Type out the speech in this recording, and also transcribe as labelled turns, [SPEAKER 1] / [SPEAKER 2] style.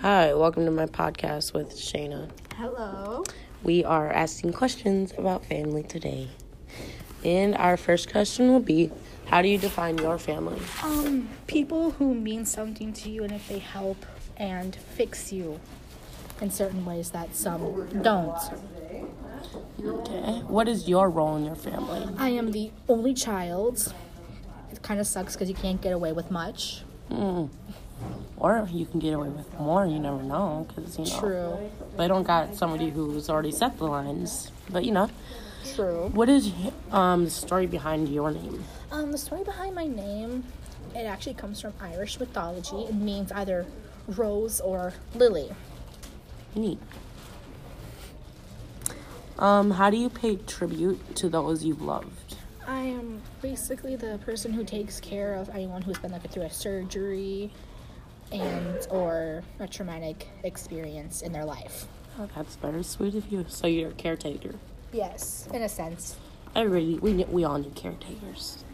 [SPEAKER 1] Hi, welcome to my podcast with Shayna.
[SPEAKER 2] Hello.
[SPEAKER 1] We are asking questions about family today. And our first question will be How do you define your family?
[SPEAKER 2] Um, people who mean something to you and if they help and fix you in certain ways that some don't.
[SPEAKER 1] Okay. Eh, What is your role in your family?
[SPEAKER 2] I am the only child. It kind of sucks because you can't get away with much.
[SPEAKER 1] Or you can get away with more, you never know, because, you know,
[SPEAKER 2] True.
[SPEAKER 1] they don't got somebody who's already set the lines. But, you know,
[SPEAKER 2] True.
[SPEAKER 1] what is um, the story behind your name?
[SPEAKER 2] Um, the story behind my name, it actually comes from Irish mythology. It means either rose or lily.
[SPEAKER 1] Neat. Um, how do you pay tribute to those you've loved?
[SPEAKER 2] I am basically the person who takes care of anyone who's been like through a surgery and or a traumatic experience in their life.
[SPEAKER 1] Oh, that's very sweet of you. So you're a caretaker.
[SPEAKER 2] Yes, in a sense.
[SPEAKER 1] Everybody, we kn- we all need caretakers.